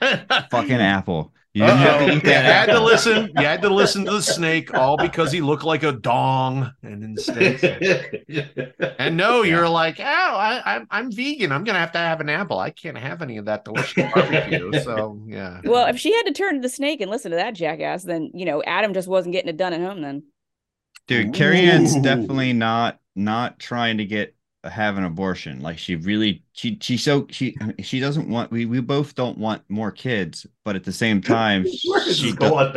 D: Fucking apple. You didn't have
C: Uh-oh.
D: to eat
C: You
D: that
C: had to
D: apple.
C: listen. You had to listen to the snake, all because he looked like a dong, and instead, and no, you're like, oh, I, I'm I'm vegan. I'm gonna have to have an apple. I can't have any of that delicious barbecue. So yeah,
F: Well, if she had to turn to the snake and listen to that jackass, then you know Adam just wasn't getting it done at home. Then
D: Dude, Carrie Ann's
B: Ooh.
D: definitely not not trying to get uh, have an abortion. Like she really she she so she she doesn't want we we both don't want more kids, but at the same time
B: Where is this
D: she do,
B: going?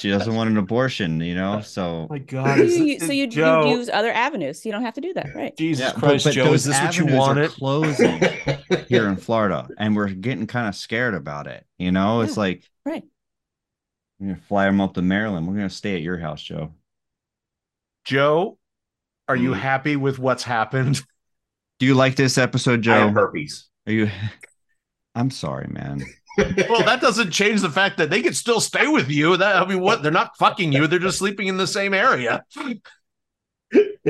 D: she doesn't want an abortion, you know? So
C: my God,
F: You-
C: is
F: you-
C: this-
F: so you,
C: Joe,
F: you use other avenues. So you don't have to do that, right?
C: Jesus
D: Yeah, but-
C: Christ,
D: but
C: Joe, is
D: those
C: this what you
D: avenues are
C: wanted?
D: Closing here in Florida, and we're getting kind of scared about it. You know, it's
F: Yeah,
D: like
F: right.
D: We're gonna fly them up to Maryland. We're gonna stay at your house, Joe.
C: Joe, are you
D: Mm.
B: Hmm.
C: happy with what's happened?
D: Do you like this episode,
B: I have
D: Joe?
B: herpes.
D: Are you? I'm sorry, man.
C: Well, that doesn't change the fact that they could still stay with you. That I mean, what they're not fucking you; they're just sleeping in the same area.
F: But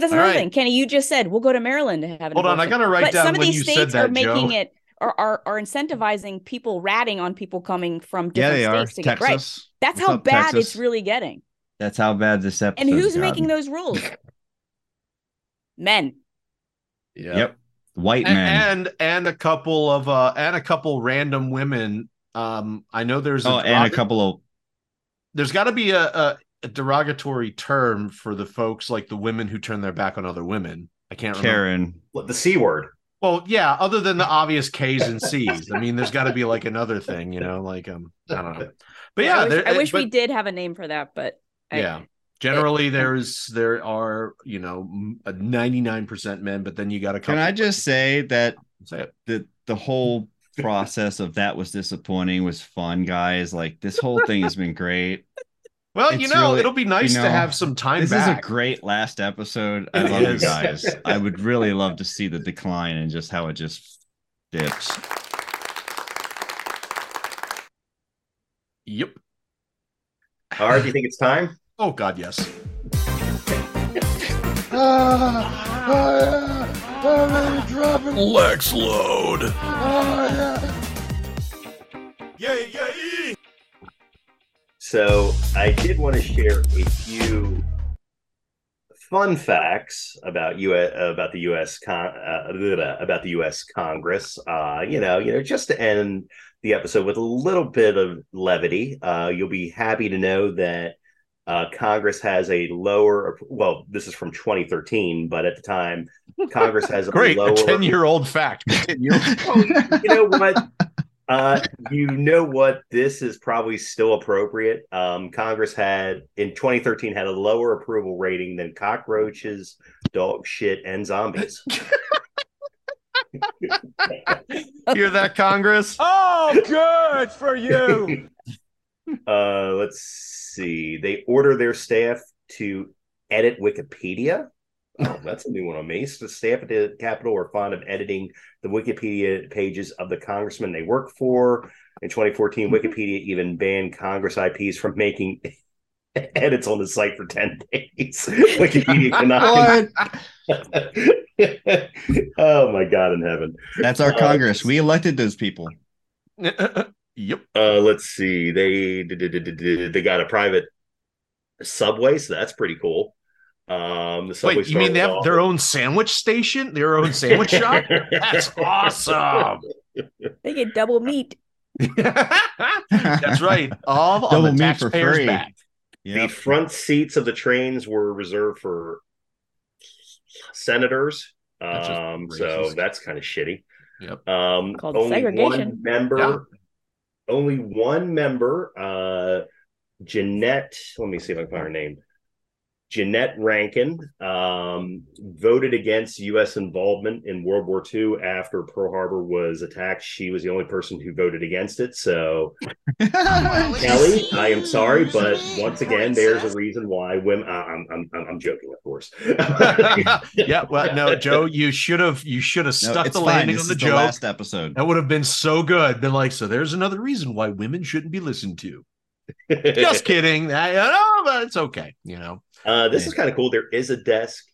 F: that's
C: All
F: another
C: right.
F: thing, Kenny. You just said we'll go to Maryland to have an
C: Hold on, I
F: abortion."
C: gotta write
F: but
C: down
F: some of
C: when
F: these
C: you said
F: states are
C: that, Joe.
F: making it are, are are incentivizing people ratting on people coming from
D: yeah,
F: different
D: they are.
F: states to get right.
D: Texas.
F: That's
D: What's
F: how
D: up,
F: bad
D: Texas?
F: it's really getting.
D: That's how bad this episode.
F: And who's making those rules? Men.
C: Yeah.
D: Yep, white
C: A-
D: men.
C: and and a couple of uh and a couple random women um i know there's a
D: oh, and a
C: derog-
D: couple of
C: there's got to be a, a a derogatory term for the folks like the women who turn their back on other women i can't remember
D: Karen.
B: What the c word?
C: well yeah other than the obvious k's and c's i mean there's got to be like another thing you know like um i don't know but yeah
F: I wish,
C: there,
D: eh,
C: eh,
F: I wish
C: but-
F: we did have a name for that, but I-
C: yeah generally there's there are you know m- 99% men but then you got a couple
D: Can I just say that
C: say it.
D: the the whole process of that was disappointing was fun, guys. Like this whole thing has been great.
C: well you
D: It's
C: know
D: really-
C: it'll be nice
D: know,
C: to have some time
D: this
C: back
D: is a great last episode. I
C: It
D: love
C: is.
D: you guys. I would really love to see the decline and just how it just dips.
C: yep
B: All right, do you think it's time?
C: oh god yes
H: Ah, Lex load.
B: So I did want to share a few fun facts about you about the U.S. Con- uh, about the U.S. Congress. Uh, you know, you know, just to end the episode with a little bit of levity. Uh, you'll be happy to know that uh, Congress has a lower. Well, this is from 2013, but at the time, Congress has a
C: Great,
B: lower.
C: a ten-year-old fact. Continue.
B: you know what? Uh, you know what? This is probably still appropriate. Um, Congress had in 2013 had a lower approval rating than cockroaches, dog shit, and zombies.
C: Hear that, Congress?
J: Oh, good for you.
B: Uh, let's see. They order their staff to edit Wikipedia. Oh, that's a new one on me. So the staff at the Capitol are fond of editing the Wikipedia pages of the congressmen they work for. In 2014, Wikipedia even banned Congress IPs from making edits on the site for 10 days. Wikipedia cannot. oh my God in heaven.
D: That's our
B: Uh,
D: Congress. We elected those people.
C: yep.
B: Uh, let's see. They they got a private subway, so that's pretty cool. Um, the subway
C: Wait, you mean they have their own sandwich station, their own sandwich shop? That's awesome.
F: they get double meat.
C: That's right. All on
D: Double
C: the
D: meat for
C: taxpayers'
D: free.
C: back.
B: The
D: Yep.
B: front seats of the trains were reserved for senators.
C: That's just
B: Um, so
C: racist.
B: that's kind of shitty.
C: Yep.
B: Um,
F: Called
B: only one
F: segregation.
B: member,
C: Yeah.
B: only one member, uh, Jeanette, let me see if I can find her name. Jeanette Rankin um, voted against U.S. involvement in World War II after Pearl Harbor was attacked. She was the only person who voted against it. So, Kelly, I am sorry, but once again, there's a reason why women. I- I'm, I'm, I'm I'm joking, of course.
C: yeah. Well, no, Joe, you should have. You should have
D: No,
C: stuck
D: it's
C: the
D: fine.
C: landing
D: This
C: on the
D: is
C: joke.
D: last episode.
C: that would have been so good. They're like, so there's another reason why women shouldn't be listened to. Just kidding. I, I know, but it's okay. You know.
B: Uh, this is kind of cool. There is a desk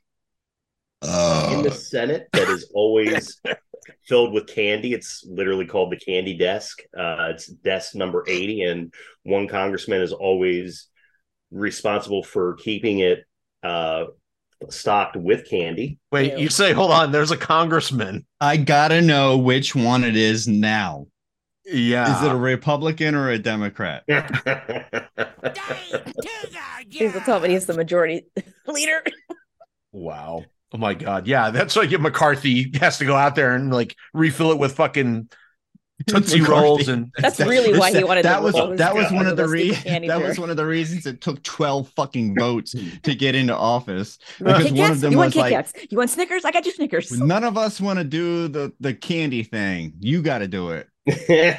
B: in the Senate that is always filled with candy. It's literally called the candy desk. Uh, it's desk number 80, and one congressman is always responsible for keeping it uh, stocked with candy.
C: Wait, you say, hold on, there's a congressman.
D: I gotta know which one it is now.
C: Yeah.
D: Is it a Republican or a Democrat?
F: He's the top, and he's the majority leader.
C: Wow. Oh my God. Yeah. That's like if McCarthy has to go out there and like refill it with fucking Tootsie
D: McCarthy.
C: Rolls and
F: That's really why he wanted
D: that
F: to
D: was
F: revolt.
D: that was
F: Yeah.
D: one of the re-
F: Because of the candy
D: that
F: jar.
D: was one of the reasons it took 12 fucking votes to get into office because
F: Kit
D: one of
F: Kats?
D: them
F: you want
D: was
F: Kit
D: like
F: Kats? You want Snickers? I got you Snickers.
D: none of us want to do the the candy thing you got to do it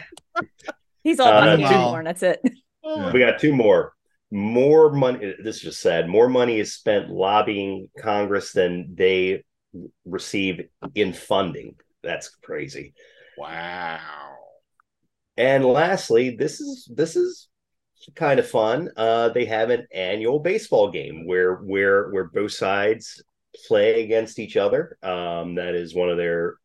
F: He's all
B: Uh,
F: about the
D: wow.
F: unicorn. That's it.
D: Yeah.
B: We got two more. More money. This is just sad. More money is spent lobbying Congress than they receive in funding. That's crazy.
H: Wow.
B: And lastly, this is this is kind of fun. Uh, they have an annual baseball game where where where both sides play against each other. Um, that is one of their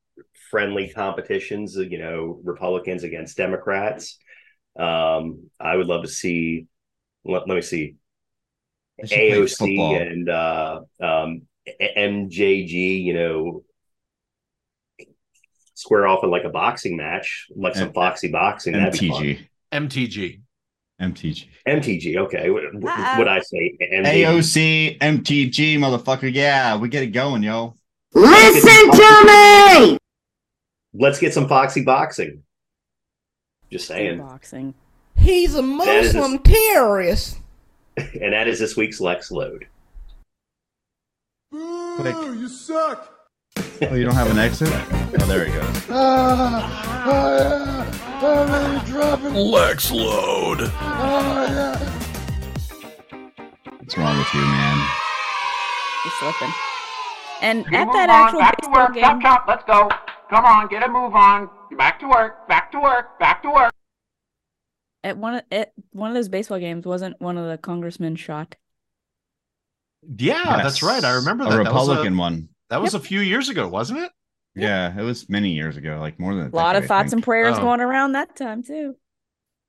B: friendly competitions. You know, Republicans against Democrats. Um, I would love to see. Let, let me see.
D: They should play football.
B: AOC and uh, um, A- MJG, you know, square off in like a boxing match, like some
D: M-
B: foxy boxing. that'd be fun.
D: mtg
C: MTG.
D: mtg
B: MTG. Okay, what
F: Uh-uh.
B: would I say? MTG.
D: aoc mtg motherfucker yeah we get it going yo
G: Listen to me!
B: Let's get some foxy boxing. Just saying,
F: Boxing.
K: He's a
B: That is-
K: Muslim terrorist.
B: and that is this week's Lex Load.
D: Quick.
J: you suck.
D: oh you don't have an exit oh there it goes
H: Lex Load.
D: what's wrong with you man
F: He's slipping. And
E: You
F: at
E: move
F: that
E: on,
F: actual
E: back to
F: baseball
E: work, chop
F: game,
E: chop, let's go. Come on, get a move on. Back to work, back to work, back to work.
F: at one of, at one of those baseball games, wasn't one of the congressmen shot?
C: Yeah, that's
D: Yes.
C: right. I remember that.
D: a
C: That was a-
D: republican one
C: That was a few years ago, wasn't it?
D: yeah it was many years ago like more than
F: A lot of thoughts and prayers
C: Oh.
F: going around that time too.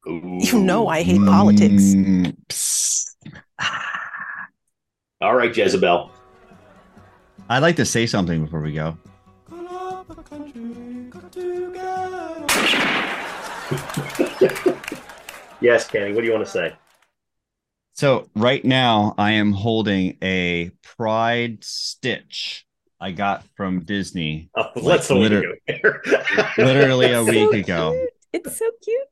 B: You
K: I
D: politics
B: All right, Jezebel.
D: i'd like to say something before we go
B: Yes, Kenny. What do you want to say?
D: So right now I am holding a pride stitch I got from Disney
B: Oh, let's
D: Like,
B: liter-
D: liter-
B: there.
D: literally a
F: It's
D: week ago.
F: so cute. It's so cute.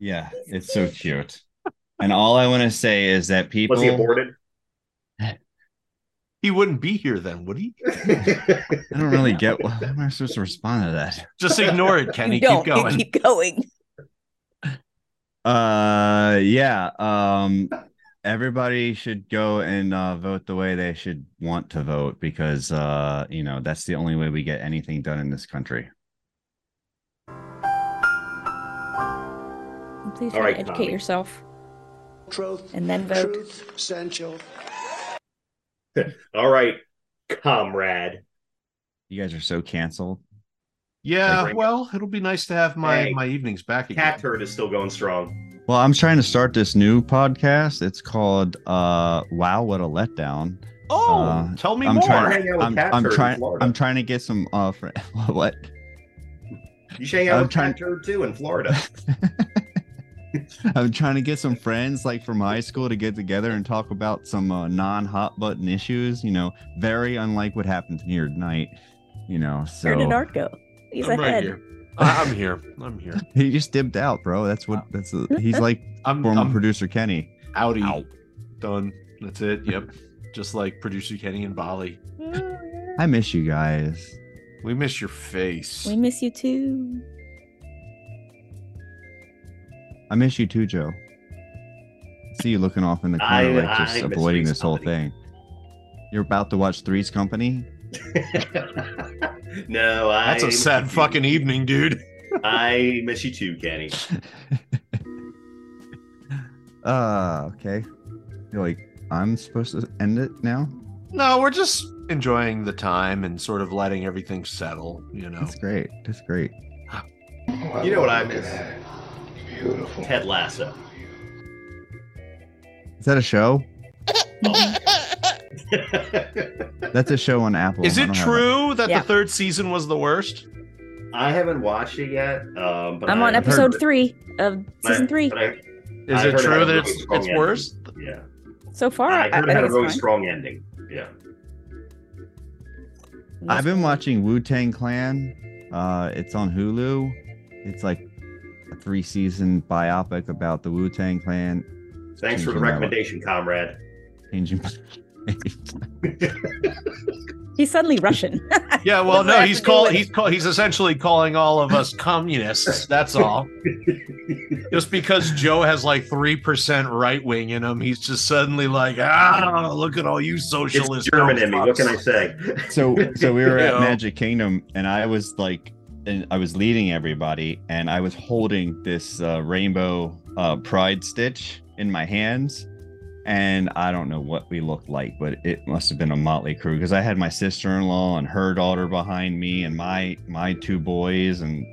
D: Yeah, it's so cute. And all I want to say is that people
B: Was he aborted?
C: He wouldn't be here then, would he?
D: I don't really get what how am I supposed to respond to that?
C: Just ignore it, Kenny.
F: You don't.
C: Keep going.
F: You keep going.
D: Uh yeah, um everybody should go and uh, vote the way they should want to vote because uh you know, that's the only way we get anything done in this country.
F: And Please
B: All
F: try
B: right,
F: to educate
B: Tommy.
F: yourself
A: Truth,
F: and then vote.
A: essential.
B: All right, comrade.
D: You guys are so canceled.
C: Yeah.
B: Like-
C: well, it'll be nice to have my
B: Hey.
C: my evenings back again.
B: Cat turd is still going strong.
D: Well, I'm trying to start this new podcast. It's called uh Wow What a Letdown.
C: Oh,
D: Uh,
C: tell me
D: I'm
C: more.
D: trying
B: Hang out with
D: I'm,
B: cat
D: I'm
B: turd in
D: trying
B: Florida.
D: I'm trying to get some uh fr- what?
B: You should hang out
D: I'm
B: with
D: trying-
B: cat turd too in Florida.
D: I'm trying to get some friends like from high school to get together and talk about some uh, non-hot button issues, you know, very unlike what happened here tonight, you know. So
F: Where did Art go? He's
C: I'm right
F: ahead.
C: here. I- I'm here. I'm here.
D: he just dipped out, bro. That's what that's he's like
C: I'm,
D: former
B: Um,
C: I'm
D: producer Kenny.
C: outie. Done. That's it. Yep. Just like producer Kenny and Bali.
D: I miss you guys.
C: We miss your face.
F: We miss you too.
D: I miss you too, Joe. See you looking off in the corner,
B: I-
D: like just
B: I miss
D: avoiding
B: Three's
D: this whole
B: Company.
D: thing. You're about to watch Three's Company.
B: no, I.
C: That's a
B: miss
C: sad
B: you.
C: fucking evening, dude.
B: I miss you too, Kenny.
D: Ah, uh, okay. You're like, I'm supposed to end it now.
C: No, we're just enjoying the time and sort of letting everything settle, you know.
D: That's great. That's great.
B: You know what I miss? Ted Lasso.
D: Is that a show?
B: I
D: That's a show on Apple.
C: Is
D: I
C: it
D: don't have
C: true that
F: Yeah.
C: the third season was the worst?
B: haven't watched it yet. Um, but
F: I'm
B: I
F: on
B: heard
F: episode
B: that-
F: three of
B: but I-
F: season three.
B: but I-
C: Is
B: I
C: it
B: heard
C: true
B: had a
C: that
B: really
C: it's
B: strong
C: it's
B: ending.
C: worse?
B: Yeah.
F: so far,
B: I
F: I,
B: heard
F: I
B: it had a
F: think
B: really
F: it's fine.
B: strong ending. Yeah.
D: I've been watching Wu Tang Clan. Uh, it's on Hulu. It's like a three season biopic about the Wu Tang Clan
B: Thanks for the
D: Changing my life.
B: recommendation, comrade.
D: changing.
F: He's suddenly Russian.
C: Yeah, well,
F: What does
C: no,
F: that
C: he's
F: have to do
C: call
F: with-
C: he's call, he's essentially calling all of us communists. That's all. just because Joe has like three percent right wing in him, he's just suddenly like, ah, look at all you
B: It's
C: socialists.
B: German in me. What can I say?
D: so so we were
C: Yeah.
D: at Magic Kingdom and I was like and I was leading everybody and I was holding this uh, rainbow uh, pride stitch in my hands and I don't know what we looked like but it must have been a motley crew because I had my sister-in-law and her daughter behind me and my my two boys and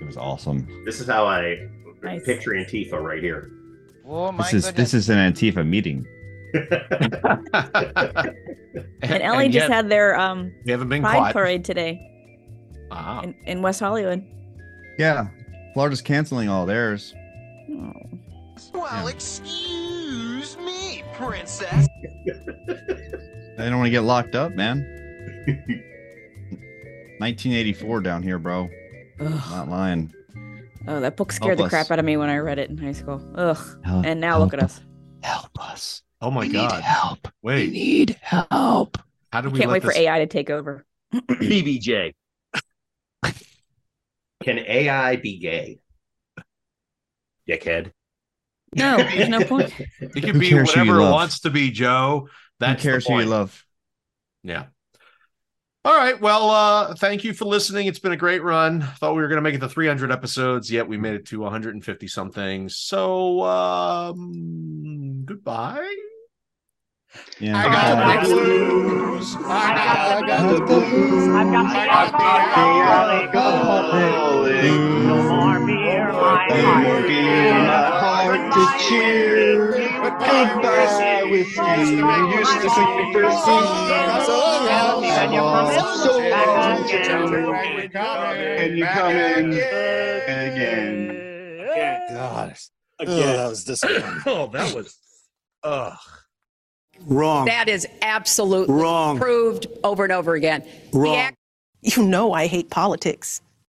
D: it was awesome.
B: This is how I
F: Nice.
B: picture Antifa right here.
L: Oh my
D: This is
L: goodness.
D: this is an Antifa meeting.
C: and,
F: and Ellie just
C: yet
F: had their um
C: we haven't been
F: pride
C: caught.
F: parade today
C: Ah.
F: in, in West Hollywood.
D: Yeah. Florida's canceling all theirs.
F: Oh.
L: Well, excuse me, princess.
D: They don't want to get locked up, man. 1984 down here, bro.
F: Ugh.
D: Not lying.
F: Oh, that book scared the
D: Helpless.
F: crap out of me when I read it in high school. Ugh.
D: Hel-
F: And now look at
D: help.
F: us.
H: Help us.
C: Oh my
H: we
C: god!
H: need help. We
C: Wait,
H: need help.
C: how did we
F: Can't
C: let
F: wait
C: this?
F: for AI to take over.
B: BBJ. Can AI be gay? Dickhead.
F: No, there's no point.
C: It can
D: Who
C: be
D: cares who you
C: whatever it
D: love?
C: wants to be, Joe. That's
D: Who cares
C: the
D: who you
C: point.
D: love?
C: Yeah. All right. Well, uh, thank you for listening. It's been a great run. Thought we were going to make it to 300 episodes, yet we made it to 150 something. So, um, goodbye.
D: Yeah.
H: I got the blues. I got the blues. I got the alcoholic. No more beer, my heart. Beer, my heart to cheer. Goodbye with me. I used to sing the first song. So long, so long, and you come in again. God, again. that was disappointing.
C: Oh, that was. Ugh.
M: Wrong.
N: That is absolutely
M: Wrong.
N: proved over and over again.
M: Wrong.
K: You know I hate politics.